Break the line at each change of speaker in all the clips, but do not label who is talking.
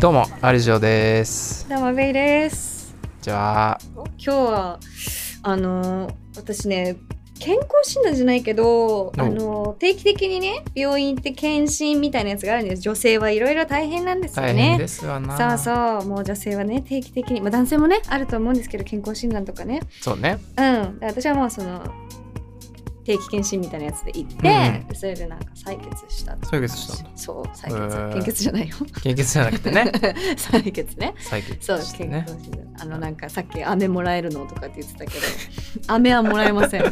どうもアルジオです
どうもベイです。
じゃあ
今日はあの私ね健康診断じゃないけど、あの定期的にね病院行って検診みたいなやつがあるんです。女性はいろいろ大変なんですよ
大変
ね。
ですわな、
そうそうもう女性はね定期的に、まあ、男性もねあると思うんですけど健康診断とかね
そうね
うんで私はもうその定期検診みたいなやつで行って、それでなんか採血した
採血したんだ
そう採
へ
血
ー
献血じゃないよ
献血じゃなくて ね
採血ね
採血
そう、
して
健
ね
康診断。あのなんかさっき飴もらえるのとかって言ってたけど、 飴はもらえません。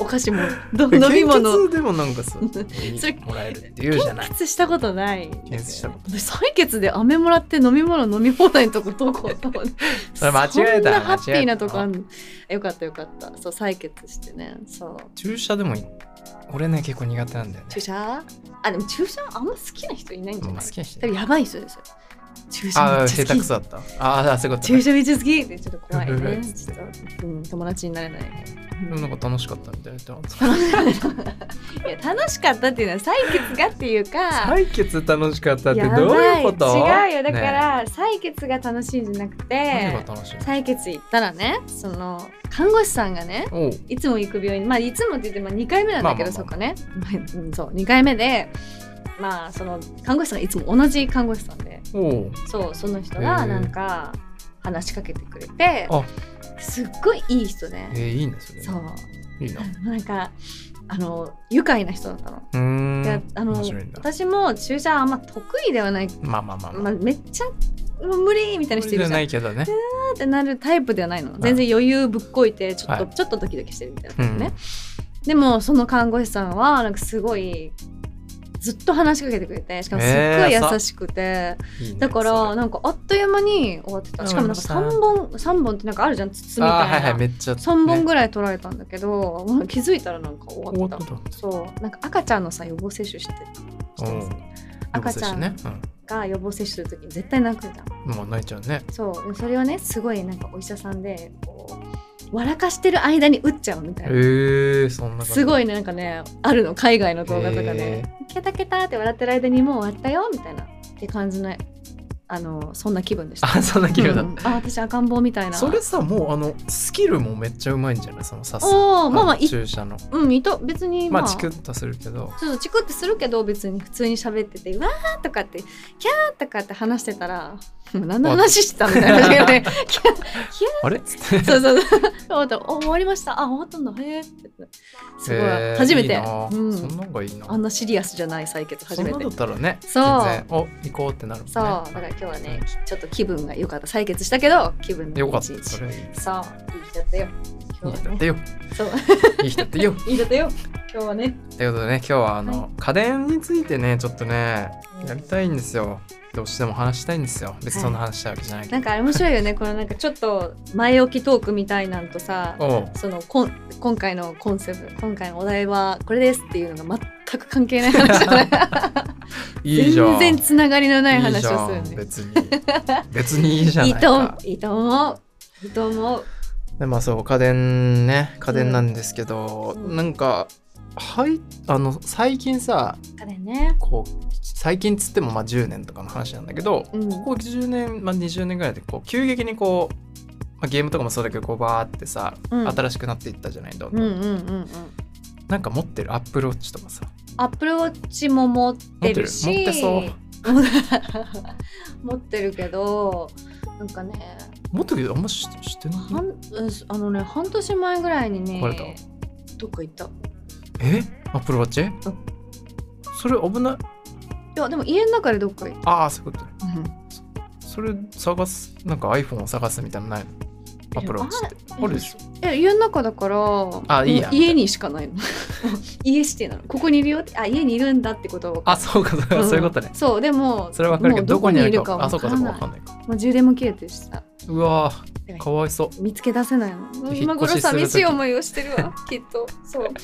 お菓子もど飲み物。
献血でもなんかそう
それ
もらえるって言うじゃない
献血したことない。
献血したこ
私採血で飴もらって飲み物飲み放題のとこどこと思って
それ間違えた
そんなハッピ
間違えた
ーなとこあんのよかったよかったそう採血してねそう
注射でもいい俺ね結構苦手なんだよね
注射あでも注射あんま好きな人いないんじゃ
ま
な
あ
い
好きな人
多分やばい人ですよ注射
あ
め
あ
っち
下
ゃ
手
好
く
き
そだったああそういうこと
注
ね
射めっちゃ好きってちょっと怖い
うふ
ね
ふ
ちょっと、うん、友達になれ ないね、
で
う
も
ん
なんか楽しかったみたいな 言って
いや楽しかったっていうのは採血がっていうか
採血楽しかったって
やば
どういうこと
違うよ
ね
だから、採血が楽しいんじゃなく
何
て
が楽しいの
採血行ったらねその看護師さんがね
おう
いつも行く病院まあいつもって言って、まあ、2回目なんだけど、
まあ
そこね、うんそう2回目でまあその看護師さんがいつも同じ看護師さんで
おう
そうその人
へ
が
ー
なんか話しかけてくれて
あ
すっごいいい人
え
で
ー、いいんですね
そう
いいなう
なんかあの愉快な人だったの。
ーん
いやあの
面白いんだ
私も注射あんま得意ではない、
まあまあまあまあ
まあ、めっちゃもう無理みたいな人いるじゃん
な
っ
いけどね。
てなるタイプではないの
い
全然余裕ぶっこいてちょっと、
は
ちょっとドキドキしてるみたいな
う
感
ん
じね、でもその看護師さんはなんかすごいずっと話しかけてくれてしかもすっごい
えー
優しくて、
いいね
だか
そ
ら
れ
なんかあっという間に終わってたしかもなんか
うん
3本三本ってなんかあるじゃん筒みたいな、
あーはいはい、めっちゃ、
3本
ね
ぐらい取られたんだけど、もう気づいたらなんか終わってた
終わって
そうなんか赤ちゃんのさ予防接種してしてます
うん
赤ちゃん
ね、
が予防接種するときに絶対泣くじゃん。
うん、もう泣いちゃうね。
そうでそれをねすごいなんかお医者さんでこう笑かしてる間に打っちゃうみたいな。
えー、そんな感じ。
すご
い
いなんかねあるの海外の動画とか
へ
で「ケタケタ」って笑ってる間にもう終わったよみたいなって感じのあのそんな気分でした。
あ、そんな気分だ
う
っ
んあ私赤ん坊みたい
た。
な。
それさ、もうあの、スキルもめっちゃうまいんじゃないそのさす。
おおまあまあい
注射の。
うんいと別に
ま
ま
あ、
あ、
チクッとするけど。
そうそうチクってするけど別に普通に喋ってて「わー」とかって「キャー」とかって話してたら「もう何の話してた?」みたいな感じで、ね、 キャー
あれつって。
そうそうそう。終わったお終わりました。あ、終わったんだ。へえ。すごい。
えー
初めて
いいな
うん
そんなんがいいな。
あんなシリアスじゃない採血初め
そん
て
なん。だったらね、
そう
全然、お行こうってなるもんね。
そう、だから今日はね、きちょっと気分が良かった。採血したけど、気分の
よかっ
いちい
た、
ち
それはいい。
そう、いい日だったよ。
いい人
今日は
だっ
ね
て。よ。
そう、
いい人だってよ。
いい日だったよ。今日はね。
ということでね今日はあの、
は
家電についてねちょっとねやりたいんですよどうしても話したいんですよ別にそんな話したいわけじゃないけど、
なんかあれ面白いよね。このなんかちょっと前置きトークみたいなんとさ、
おう
そのこん今回のコンセプト、今回のお題はこれですっていうのが全く関係ない話じゃない。
いいじゃん
全然つながりのない
いい
話
じゃ
をする
ん
んで。
別に別にいいじゃないい
いと
か
いいと思う。いいと思う。
でまあそう家電ね家電なんですけど、
うん
なんかはいあの最近さ
家電ね。
こう最近つってもまあ10年とかの話なんだけど
うん。
ここ10年、まあ、20年ぐらいでこう急激にこう、まあ、ゲームとかもそうだけどこうバーってさ、
うん
新しくなっていったじゃないどん
う
ど
ん
ん
うんうんうん。
なんか持ってるアップルウォッチとかさ
アップルウォッチも持
持っ
っ
てて
る
る
し。
持ってそう
持ってるけど、なんかね、
持ってるけどあんまししてない
半うんあのね半年前ぐらいにね
壊れた、
どっか行った。い
えアップルウォッチそれ危ない
やでも家の中でどっか行っ
ああそういうことね
た。うん
それ探すなんか iPhone を探すみたいなのないのアップルウォッチってあるでしょ
え家の中だから
あいいや
もう家にしかないの 家指定なのここにいるよってあ家にいるんだってことを
あそうか そうか、そういうことね
そうでも
それは分かるけど
も
ど
う
こにあるか
わ
あそうかそうか分か
い
んないか
もう充電も切れてるしさ
うわーかわいそう
見つけ出せないの
引
今
っ越
頃
しする時
寂しい思いをしてる わきっとそう
引っ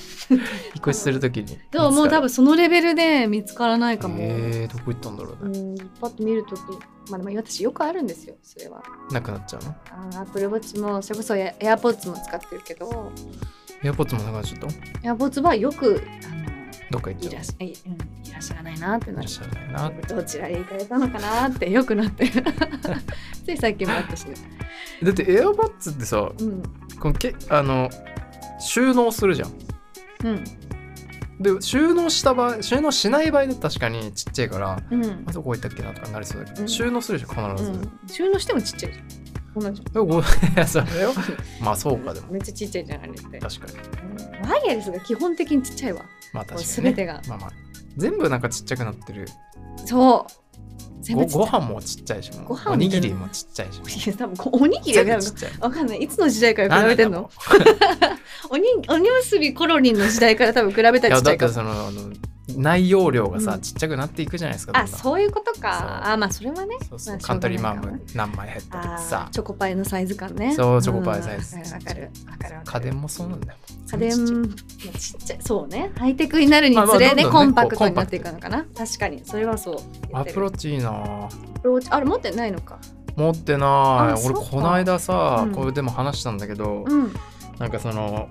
越しするときに
でももう多
分
分そのレベルで見つからないかも、
えー、どこ行ったんだろう
う
ね
んパッと見るときまあでも私よくあるんですよそれは
なくなっちゃうの
あの Apple Watch もそれこそエア AirPods も使ってるけど
エアポッツもなくなっちゃった
AirPods はよくあの
どっか行っち
い
ゃ
ら
う
っしゃい,、うん、いらっしゃらないなって
いら
な
っ
る
しゃらないな
どちらへ行かれたのかなってよくなって るつい最近もあったし、
だってエアバッツってさ
うん
このけあの収納するじゃん
うん
で収納した場合収納しない場合だと確かにちっちゃいから
うん
あどこ置いたっけなとかなりそうだけ
う
ど
ん
収納するじゃん必ず、で
うん、収納してもちっちゃいじゃん同じ
もごめんいやそれよ まあそうかでも
めっちゃちっちゃいじゃんあれって
確かに
うんワイヤレスが基本的にちっちゃいわ
まあ確かに、ね、
すべてが
まあまあ全部なんかちっちゃくなってる
そう全
ご
部ちっ
ご
ちゃ
飯もちっちゃいしもう
ご飯も
おにぎりもちっちゃいし
いいや多分こうおにぎりは
全
なん
部
か
ちっちゃい
わかんないいつの時代から比べてん
なんだ
のおにおにむすびコロリンの時代から多分比べた
い
らち
や
っちゃ
だっ
い
て
から
そのあの内容量がさ、
うん
ちっちゃくなっていくじゃないですかど
あ
んどん
そういうこと
そう
かあまあそれはね
そうそう
まあ
カントリーマア
しょうがな
ム
い
何枚減ったと
あ
か
ー
さ
チョコパイのサイズ感ね
そうチョコパイサイズ
うんわかるわかるわかるわかる
家電もそうなんだよ
家
全部ちっちゃい
電まあちっちゃいそうねハイテクになるにつれね
まあまあどんどんね
コンパクト
こう
になっていくのかな確かにそれはそう言
ア
って
プ
る
ローチいいなぁ
アプローチあれ持ってないのか
持ってな
あ
い
そ
俺
うか
この間さ、
うん
これでも話したんだけど、
うん
なんかその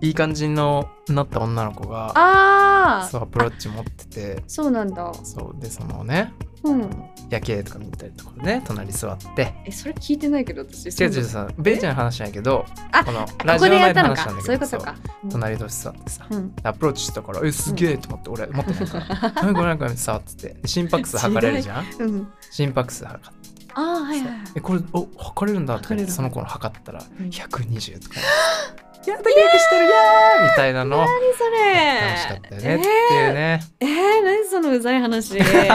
いい感じのなった女の子が
ああ
そうアプローチ持ってて
そうなんだ
そうでそのね
うん
夜景とか見たりとかね隣座って
えそれ聞いてないけど私
違う違うさベイちゃんの話じゃないけど
あ
このラ
こ
ジオ
こでや
内
っ
で
たの
話したん
か
だ
そう
けど
いうこ
そ
と
う
か
隣同士座ってさ
うん
アプローチしたから「えすげえ!」と思って俺持ってない から 「何これ何これ触っててで心拍数測れるじゃん
うん
心拍数測って
ああはいはいはい
えこれお測れるんだとか言って
測れる
その子の測ったら
うん
120とか 「やったキャーキャーしてるやー!」みたいなの
何そ
楽しかった
れ
よねっていうね
えー、えー何そのうざい話
うざい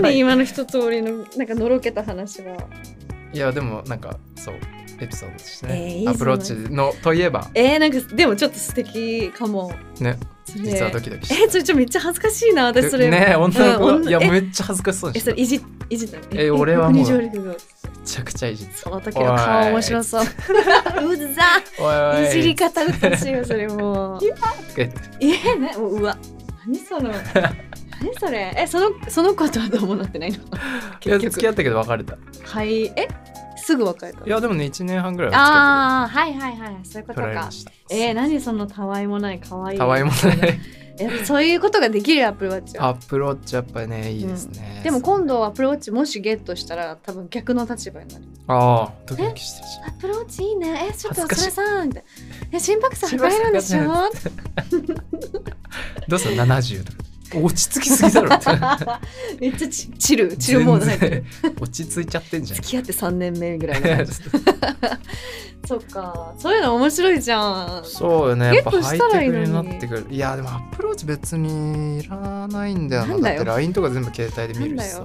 何今の一通りのなんかのろけた話はい
やでもなんかそうエピソードとして
えーい
ね
いじゃな
ア
い
プローチのといえば
えー、なんかでもちょっと素敵かも
ね
それ
実はドキドキして
えー、ちょちょめっちゃ恥ずかしいな私それ、
ね女の子
うん
がいや
え
めっちゃ恥ずかしそうに
え
して
そ
た
れいじいじったの
え俺はもう
ここに上陸が
めちゃくちゃいじって
その時の顔面 白そううざ
おいおい
いじり方うたしいよそれ もう
え
えー、なもううわ何そ の何それえそのその子とはどうもなってないの
いや
結
付き合
局
ったけど別れたい
はいえすぐ別れたの
やでもね1年半ぐらいは
ああはいはいはいそういう
付き合って
こと
取られ
か
ました
えー、何そのたわいもない可愛い
たわいもない
えそういうことができるアップルワッチ
アプローチやっぱりねいいですね
でも今度アプローチもしゲットしたら多分逆の立場になる
ああドキドキしてるし
アプローチいいねえちょっと
恥ずか
そ
しい
れさんみたいなえ心拍数測れるんでしょ
心どうする70とか落ち着きすぎだろって
めっちゃチチルチルモード入ってる
全然落ち着いちゃってんじゃん
付き合って3年目ぐらい のそっかそういうの面白いじゃん
そうよねやっぱ
ゲット
ハ
し
イ
たらい
テ
い
ク
のに
になってくるいやでもアプローチ別にいらないんだよな
なんだよ
って LINE とか全部携帯で見るし
な
さ
ん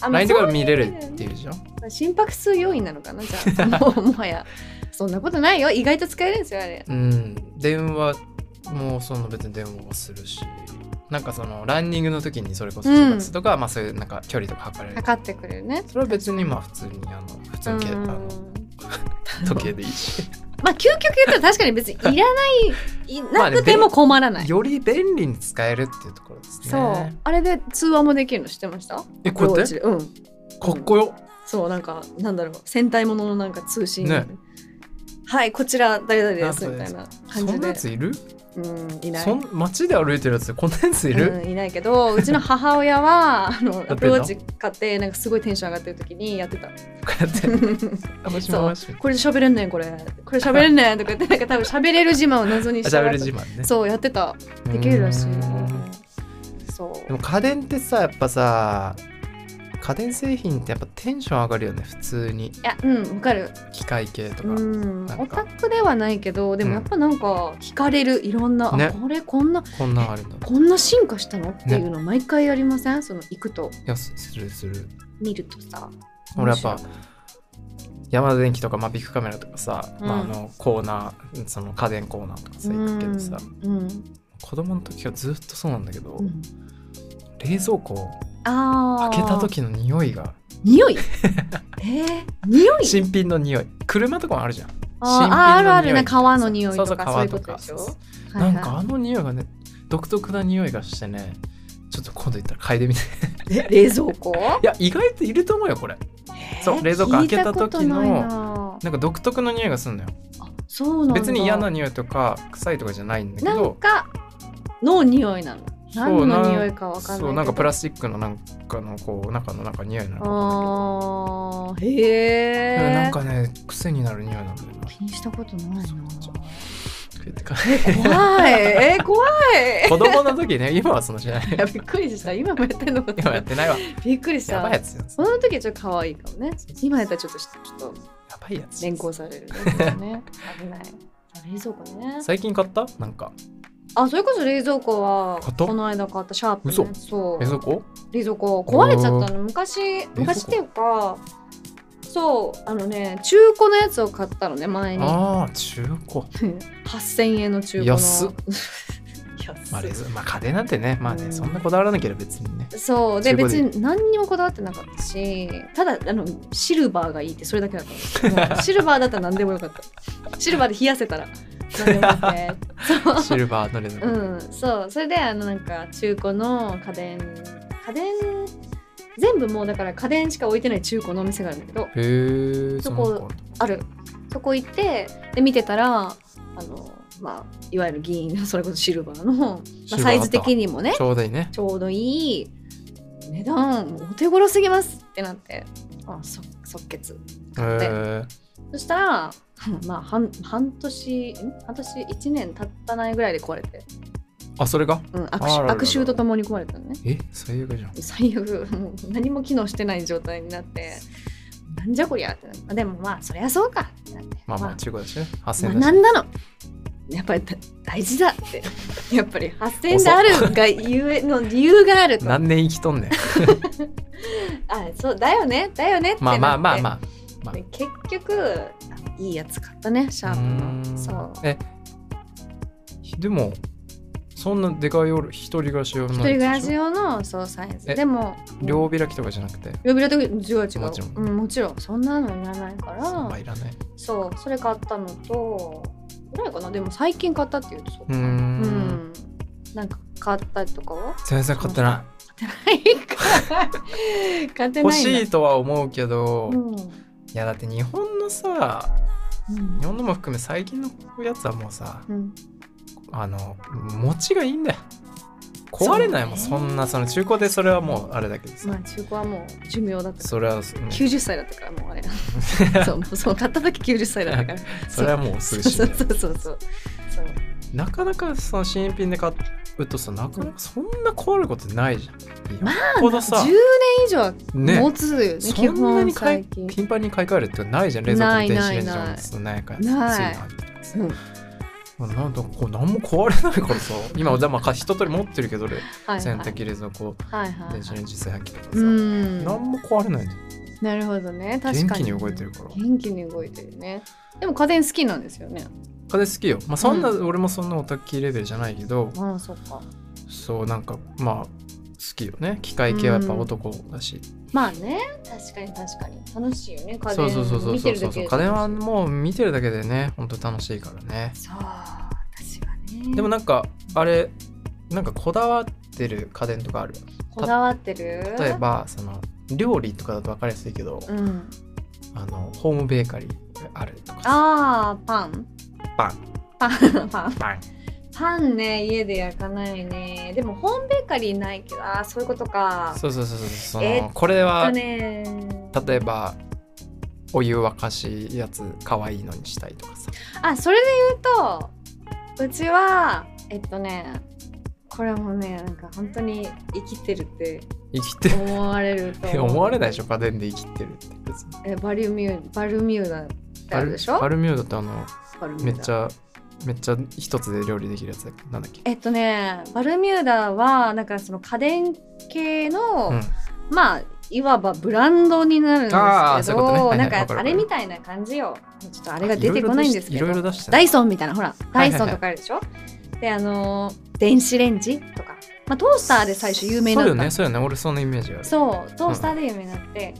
あまあ
LINE と
そ
か
う
見れるっていうじゃん
心拍数要因なのかなじゃ あもうもはやそんなことないよ意外と使えるんですよあれ
うん電話もその別に電話もするしなんかそのランニングの時にそれこそ
うん
心拍数とか、まあそういうなんか距離とか測れる
測ってくれるね
それは別にまあ普通にあの普通
う
の
ん
けあの時計でいいし
まあ究極言ったら確かに別にい らないい
まあ
な
ね
くても困らない、
より便利に使えるっていうところですね
そうあれで通話もできるの知ってました
えこうやって
ブローチでうん
かっこよ
そうなんかなんだろう戦隊もののなんか通信、
ね
はいこちら誰々です
あ
みたいな
そ
感じ
んな
で
やついる
うんいない
そん街で歩いてるやつでこんなやついる、
うん、いないけどうちの母親はあの
の
アプローチ買ってなんかすごいテンション上がってる時にやってた
こうや ってあもしももしも
これ喋れんねんこれこれ喋れんねんとか言ってなんか多分喋れる自慢を謎に
あ
し
し
た
ゃべる自慢ね
そうやってたできるらしいそう
でも家電ってさやっぱさ家電製品ってやっぱテンション上がるよね普通に
いやうんわかる
機械系とか、
うん
なんか
オタクではないけどでもやっぱなんか惹かれるいろんな、あ
ね
これこんな
こんなんあるんだい
こんな進化したのっていうの毎回やりませんその行くと
やすするする
見るとさ
俺やっぱヤマダ電機とか、まあ、ビッグカメラとかさ、
うん
まあ、あのコーナーその家電コーナーとかさ行
面
くけ
白い
どさ、
うんうん
子供の時はずっとそうなんだけど、
うん
冷蔵庫を
ああ
開けた時の匂いが
匂 いえー、匂い
新品の匂い車とかもあるじゃん
あー
新品の
あーあるある
匂いと
ね皮
かさ
の匂いと
そうそう
かそういうことで
皮
し
と
ょ
か
はいはい
なんかあの匂いがね独特な匂いがしてねちょっと今度行ったら嗅いでみて
え 冷蔵庫
いや意外といると思うよこれそう冷蔵庫開けた時の
聞いたことないな
なんか独特の匂いがするのよ
あそうなんだ
別に嫌な匂いとか臭いとかじゃないんだけ
なん
ど
かの匂いなの何の
そう
匂いかわかんないけど
そうなんかプラスチックのなんかのこう中のなんか匂いなのかわ
あ
かんな
ー
いけど
へえ
なんかね癖になる匂いなんだよな
気にしたことない な
ってか
怖いえー怖い
子供の時ね今はそのしない
いやびっくりした今もやってんのか
今やっ
な
てないわ
びっくりした
やばいやつや
その時はちょっと可愛いかもね今やったらちょっとしちょっと
やばいやつ
連行される ね危ない冷蔵庫ね
最近買ったなんか
あそれこそ冷蔵庫は
買った
この間買ったシャープのやつそう
冷蔵庫
冷蔵庫壊れちゃったの昔
庫
昔っていうかそうあのね中古のやつを買ったのね前に
ああ中古
8000円の中古の
安っ
安
まあ
っ
冷蔵まあ家電なんてねまあね
うん
そんなこだわらなければ別に ね
そうで
中古
別
で
に何にもこだわってなかったしただあのシルバーがいいってそれだけだったんです けどシルバーだったら何でもよかったシルバーで冷やせたら何でもよく て
シルバーの冷蔵庫
うんそうそれであのなんか中古の家電家電全部もうだから家電しか置いてない中古のお店があるんだけど
へえ
そ
そ
こ
こ
あるそこ行ってで見てたらあのまあいわゆる銀 のそれこそシルバーの、まあ、サイズ的にもね
ちょうどいいね
ちょうどいい値段お手頃すぎますってなってあそ即決
へ
って
え
そしたら まあ半半年ん半年1年経ったないぐらいで壊れて、
あそれが
うん、悪
あらら
臭
らら
悪臭とともに壊れたのね
え最悪じゃん
最悪もう何も機能してない状態になってなんじゃこりゃってなってでもまあそりゃそうかってなって
まあまあ中古だしね8000円
学ん
だ
だ
し
のやっぱりだ大事だって やっぱり発展であるがゆえの理由があるとあ
何年生きと んねん
そうだよねだよねって
ま
なっ
あ
て
まあまあまあまあ
で結局いいやつ買ったねシャープのそう
えでもそんなでかい夜一人暮らし用の
一人暮らし用のそうサイズ
え
でも
両開きとかじゃなくて
呼び出て違う違う
もちろん
うん、もちろんそんなのいらないか
まあ
ら
いらない
そうそれ買ったのとぐらいかなでも最近買ったっていうとそう
う
か
ー
なうんんなんか買ったりとかは
全然買ってな
買ってないか買ってない
い欲
んだ
しいとは思うけど
うん
いやだって日本のさ
うん
日本のも含め最近のやつはもうさ
うん
あの持ちがいいんだよ壊れないもん
そ
そう
ね
んなその中古でそれはもうあれだけどさ、
まあ中古はもう寿命だったから
それは、ね、
90歳だったからもうあ れそうもうそう買った時90歳だったから
それはもうす
そう
ぐ死
そ
ぬ
うそうそうそうそう
なかなかその新品で買うとさなかなかそんな壊れることないじゃん。まあ、ほどさ
10年以上は
ね
持つよね基
そんな
本
に買
最
い
近
頻繁に買い替えるってないじゃん冷蔵庫
な
の
い
電子
ない
レンジ
ない
のそのないか
ないうん
なんだこう何も壊れないからさ 今じゃあまあ一通り持ってるけど俺
はい
洗濯機冷蔵庫
はいはいはい
電子レンジ炊飯器とかさ、
うん
何も壊れないんだよ
なるほどね確かに
元気に動いてるから
元気に動いてるねでも家電好きなんですよね
家電好きよまあそんな、俺もそんなオタッキーレベルじゃないけど
ああそっか
そうなんかまあ好きよね機械系はやっぱ男だし、
まあね確かに確かに楽しいよね家
そう
電
そうそうそう
見
そ
て
う
る
そ
だ
う
けで
家電はもう見てるだけでねほんと楽しいからね
そう私はね
でもなんかあれなんかこだわってる家電とかある
こだわってる
例えばその料理とかだと分かりやすいけど、
うん
あのホームベーカリーあるとかさ
ああパン
パン
パンパン
パン
パンね家で焼かないねでもホームベーカリーないけどあーそういうことか
そうそうそうそうそ
えっ
のこれは
だね
例えばお湯沸かしやつ可愛いのにしたいとかさ
あそれで言うとうちはえっとねこれもねなんか本当に生きてるって
生きてる
思われる
って
と
思われ ないでしょ家電で生きてるって別に
えバリュミューバルミューダってあるでしょ
バルミューダってあの
バルミュー
め
ダ
っちゃめっちゃ一つで料理できるやつだっけなんだっけ
えっとねバルミューダはなんかその家電系の、
うん
まあいわばブランドになるんですけど
あーそういうことねはいはい
なんか
わかるわか
あ
る
れみたいな感じよちょっとあれが出てこないんですけ
いろい
ど
ろ出して
ダ
い
イソンみたいなほらダイソンとかあるでしょ、であのー電子レンジとか、まあ、トースターで最初有名にな
そう
っ
よ
た
ねそうよね俺そんなイメージがある
そうトースターで有名になって、で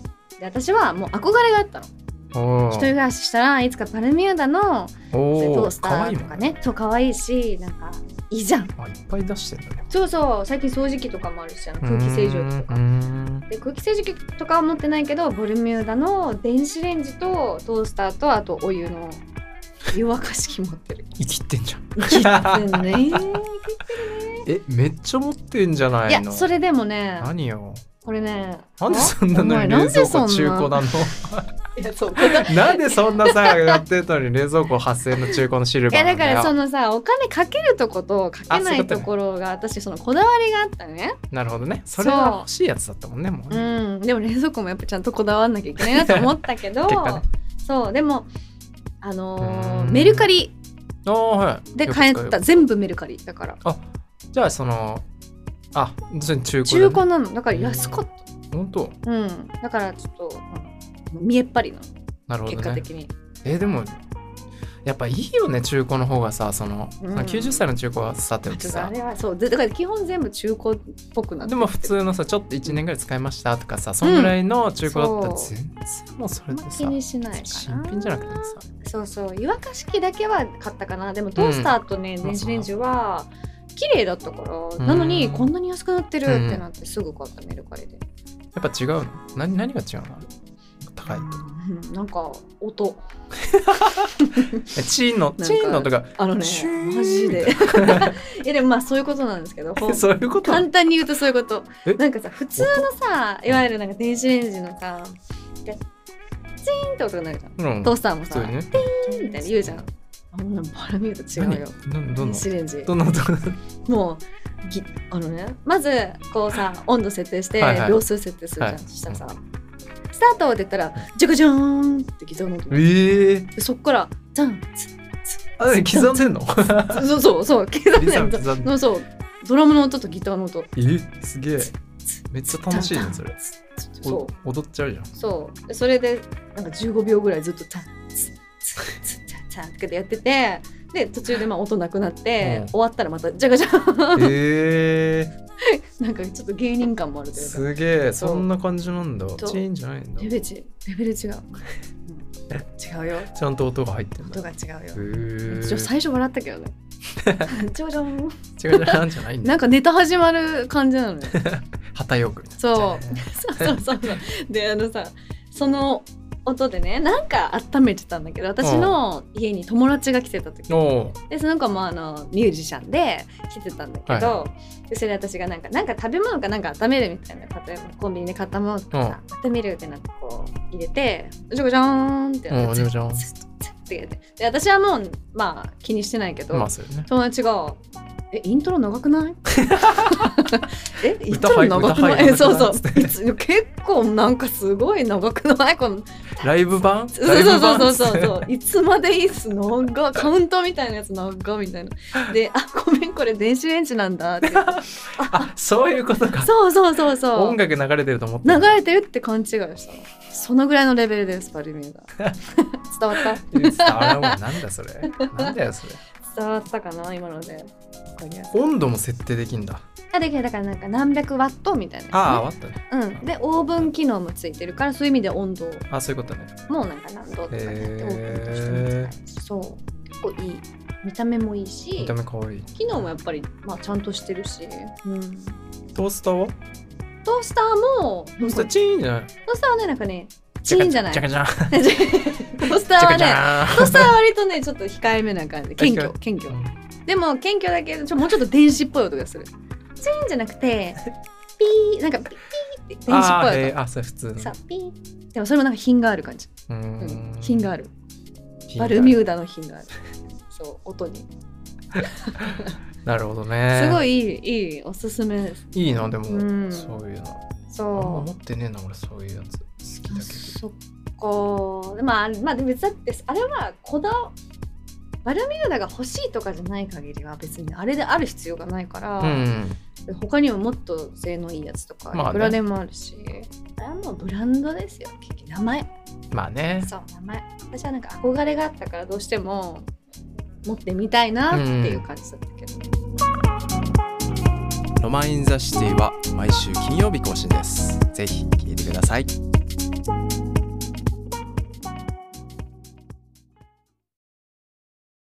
私はもう憧れがあったの
お
一人暮らししたらいつかバルミューダの
おお
ト
お
ースターとかねそう可愛いしなんかいいじゃん
あいっぱい出してんだね
そうそう最近掃除機とかもあるしあの空気清浄機と
うー
か
ん
で空気清浄機とかは持ってないけどボルミューダの電子レンジとトースターとあとお湯の湯沸かし器持ってる
生きてんじゃん
生きてんね生きてるね
えめっちゃ持ってんじゃないい
や
の
それでもね
何よ
これね
なんでそんなの
お前
に
な
冷
んで
蔵
そ
庫
んな
中古なの
いやそうこれ
なんでそんなさやってるのに冷蔵庫8000円の中古のシル
い
バーな
やだ
んだ
か
よ
らそのさお金かけるとことかけ
あそう
な
いう
い
こと
と
ね
ころが私そのこだわりがあったのね
なるほどねそれは欲しいやつだったもんねもう
う
ね、
んでも冷蔵庫もやっぱちゃんとこだわんなきゃいけないなと思ったけど
結果ね
そうでもあのー
うん
メルカリ
ああはい
で
よく
買
使
え
うよ
た全部メルカリだから
じゃあそのあそれ中古だね、
中古なのだから安かっ
本当
たうんだからちょっとうん見えっぱりの
なるほ
結
ど
果
ね
的に
えでもやっぱいいよね中古の方がさその、
うん
その90歳の中古はさておき
ちょっとあ
さ
れはそうでだから基本全部中古っぽくなって
でも普通のさちょっと1年ぐらい使いましたとかさそんぐらいの中古だったら
そう
全然もうそ
あ
れ
ん
で
ま
さ
気にしないかな
新品じゃなくてもさ
そうそう湯沸かし器だけは買ったかなでもトースターとね、電子レンジは綺麗だったから、
ん
なのにこんなに安くなってる
うん
ってなってすぐ買ったメルカリで、
やっぱ違うの何何が違うの高い
うんなんか音
えチーンの
なんか
チーンのとか
あのね
シュー
マジで いやでもまあそういうことなんですけどほ ん
そういうこと
簡単に言うとそういうこと
え
なんかさ普通のさいわゆるなんか電子レンジのさでチーンって音が鳴るじゃん
うん
トースターも
普
さ、
通にね
チーンみたいな言うじゃんあんなバラ見ると違うよ
何どんどん
電子レンジ
どんなどんな
もうぎあのねまずこうさ温度設定して
はいはい
秒数設定するじゃん、
はい
そしたらさ「スタート!」って言ったら「ジャカジャーン!」ってギターの音で
え え
そっから「ザンツ
あ何刻んでんの
ッそうそうそう刻ん
リ
で
サ
る
ム刻んで
のそうドラムの音とギターの音
えすげえめっちゃ楽しいねそれお
そ
踊っちゃうじゃん
うそうでそれでなんか15秒ぐらいずっと「タンツッツッツッツッタン」ってやっててで途中でまあ音なくなって、
うん
終わったらまた「ジャカジャーン!
ええ」
なんかちょっと芸人感もあるというか
すげえ
そう
そんな感じなんだ
そう
チーンじゃないんだ
レベル違うレベル違う、うん違うよ
ちゃんと音が入ってんだ
音が違うよ。
え
ちょ最初笑ったけ どね。ちょちょ
違う違うなんじゃないんだ
なんかネタ始まる感じなのね。
旗よくみたいな
そ う
じゃあね
そうそうそう。であのさその音でねなんか温めてたんだけど私の家に友達が来てた時
お
でその子もあのミュージシャンで来てたんだけど、でそれで私がなんかなんか食べ物かなんか温めるみたいな例えばコンビニで買ったものとかさ、温めるってなってこう入れてジョコジョーンって
お
な
お
っ
じ
て
ゃじゃん
ツッツッって入れてで私はもうまあ気にしてないけど、
まあそうよね
友達が「えイントロ長くない? え」イン
歌
トロ
入
長く
歌入
ない?」えそう そ
長くな
う
い
いつ結構なんかすごい長くないこの
ライブ版
そう
ライブ
そう
版
そうそうそうそういつまでいいっす 長カウントみたいなやつ長みたいなで「あごめんこれ電子レンジなんだ」って
あそういうことか
そうそうそうそう
音楽流れてると思って
流れてるって勘違いしたのそのぐらいのレベルですパルミューダ 伝わった
いや伝わらんわなんだそれなんだよそれ
伝わったかな今のでわかりやすい
温度も設定できんだ
あできるだからなんか何百ワットみたいなやつね、
ああ終わったね
うん、でオーブン機能もついてるからそういう意味で温度
あそういうことね
もなんか何度とかね、
へー
オーブンとしても使えるしそう結構いい見た目もいいし
見た目可愛い
機能もやっぱり、まあ、ちゃんとしてるし、うん、
トースターは
トースターも
トースター
ト
チーンじゃない
ースターはねなんかねチーンじゃない
ジャ
ト
カジャンジ
ースタ
ャ
ー
カ
は
ジ
ね
ャ
トースターは割とねちょっと控えめな感じ謙虚謙
ー
虚
ン
でも謙虚だけどちょもうちょっと電子っぽい音がするチーンじゃなくてピーなんかピーって電子っ
あ
ぽ
ー
い
へ
音
ーあそれ普通の
さピーでもそれもなんか品がある感じ
う
うん
ーん
品がある。
品があ
バ
る
ルミューダの品がある。そう、音に。
なるほどね
すごいいい、いい、おすすめです。
いいなでも
うん
そういうのあんま
そ
持ってねえな俺そういうやつ好き
う。
だけ
そっか。でも、あまあ、でも別だって、あれはこだわ。バルミューダが欲しいとかじゃない限りは別にあれである必要がないから、
どうん
他にももっと性能いいやつとか
まあね
いくらでもあるし、あれはもうブランドですよ結局名前
まあね
そう名前私はなんか憧れがあったからどうしても持ってみたいなっていう感じだったけど、
ロマン・イン・ザ・シティは毎週金曜日更新です。ぜひ聞いてください。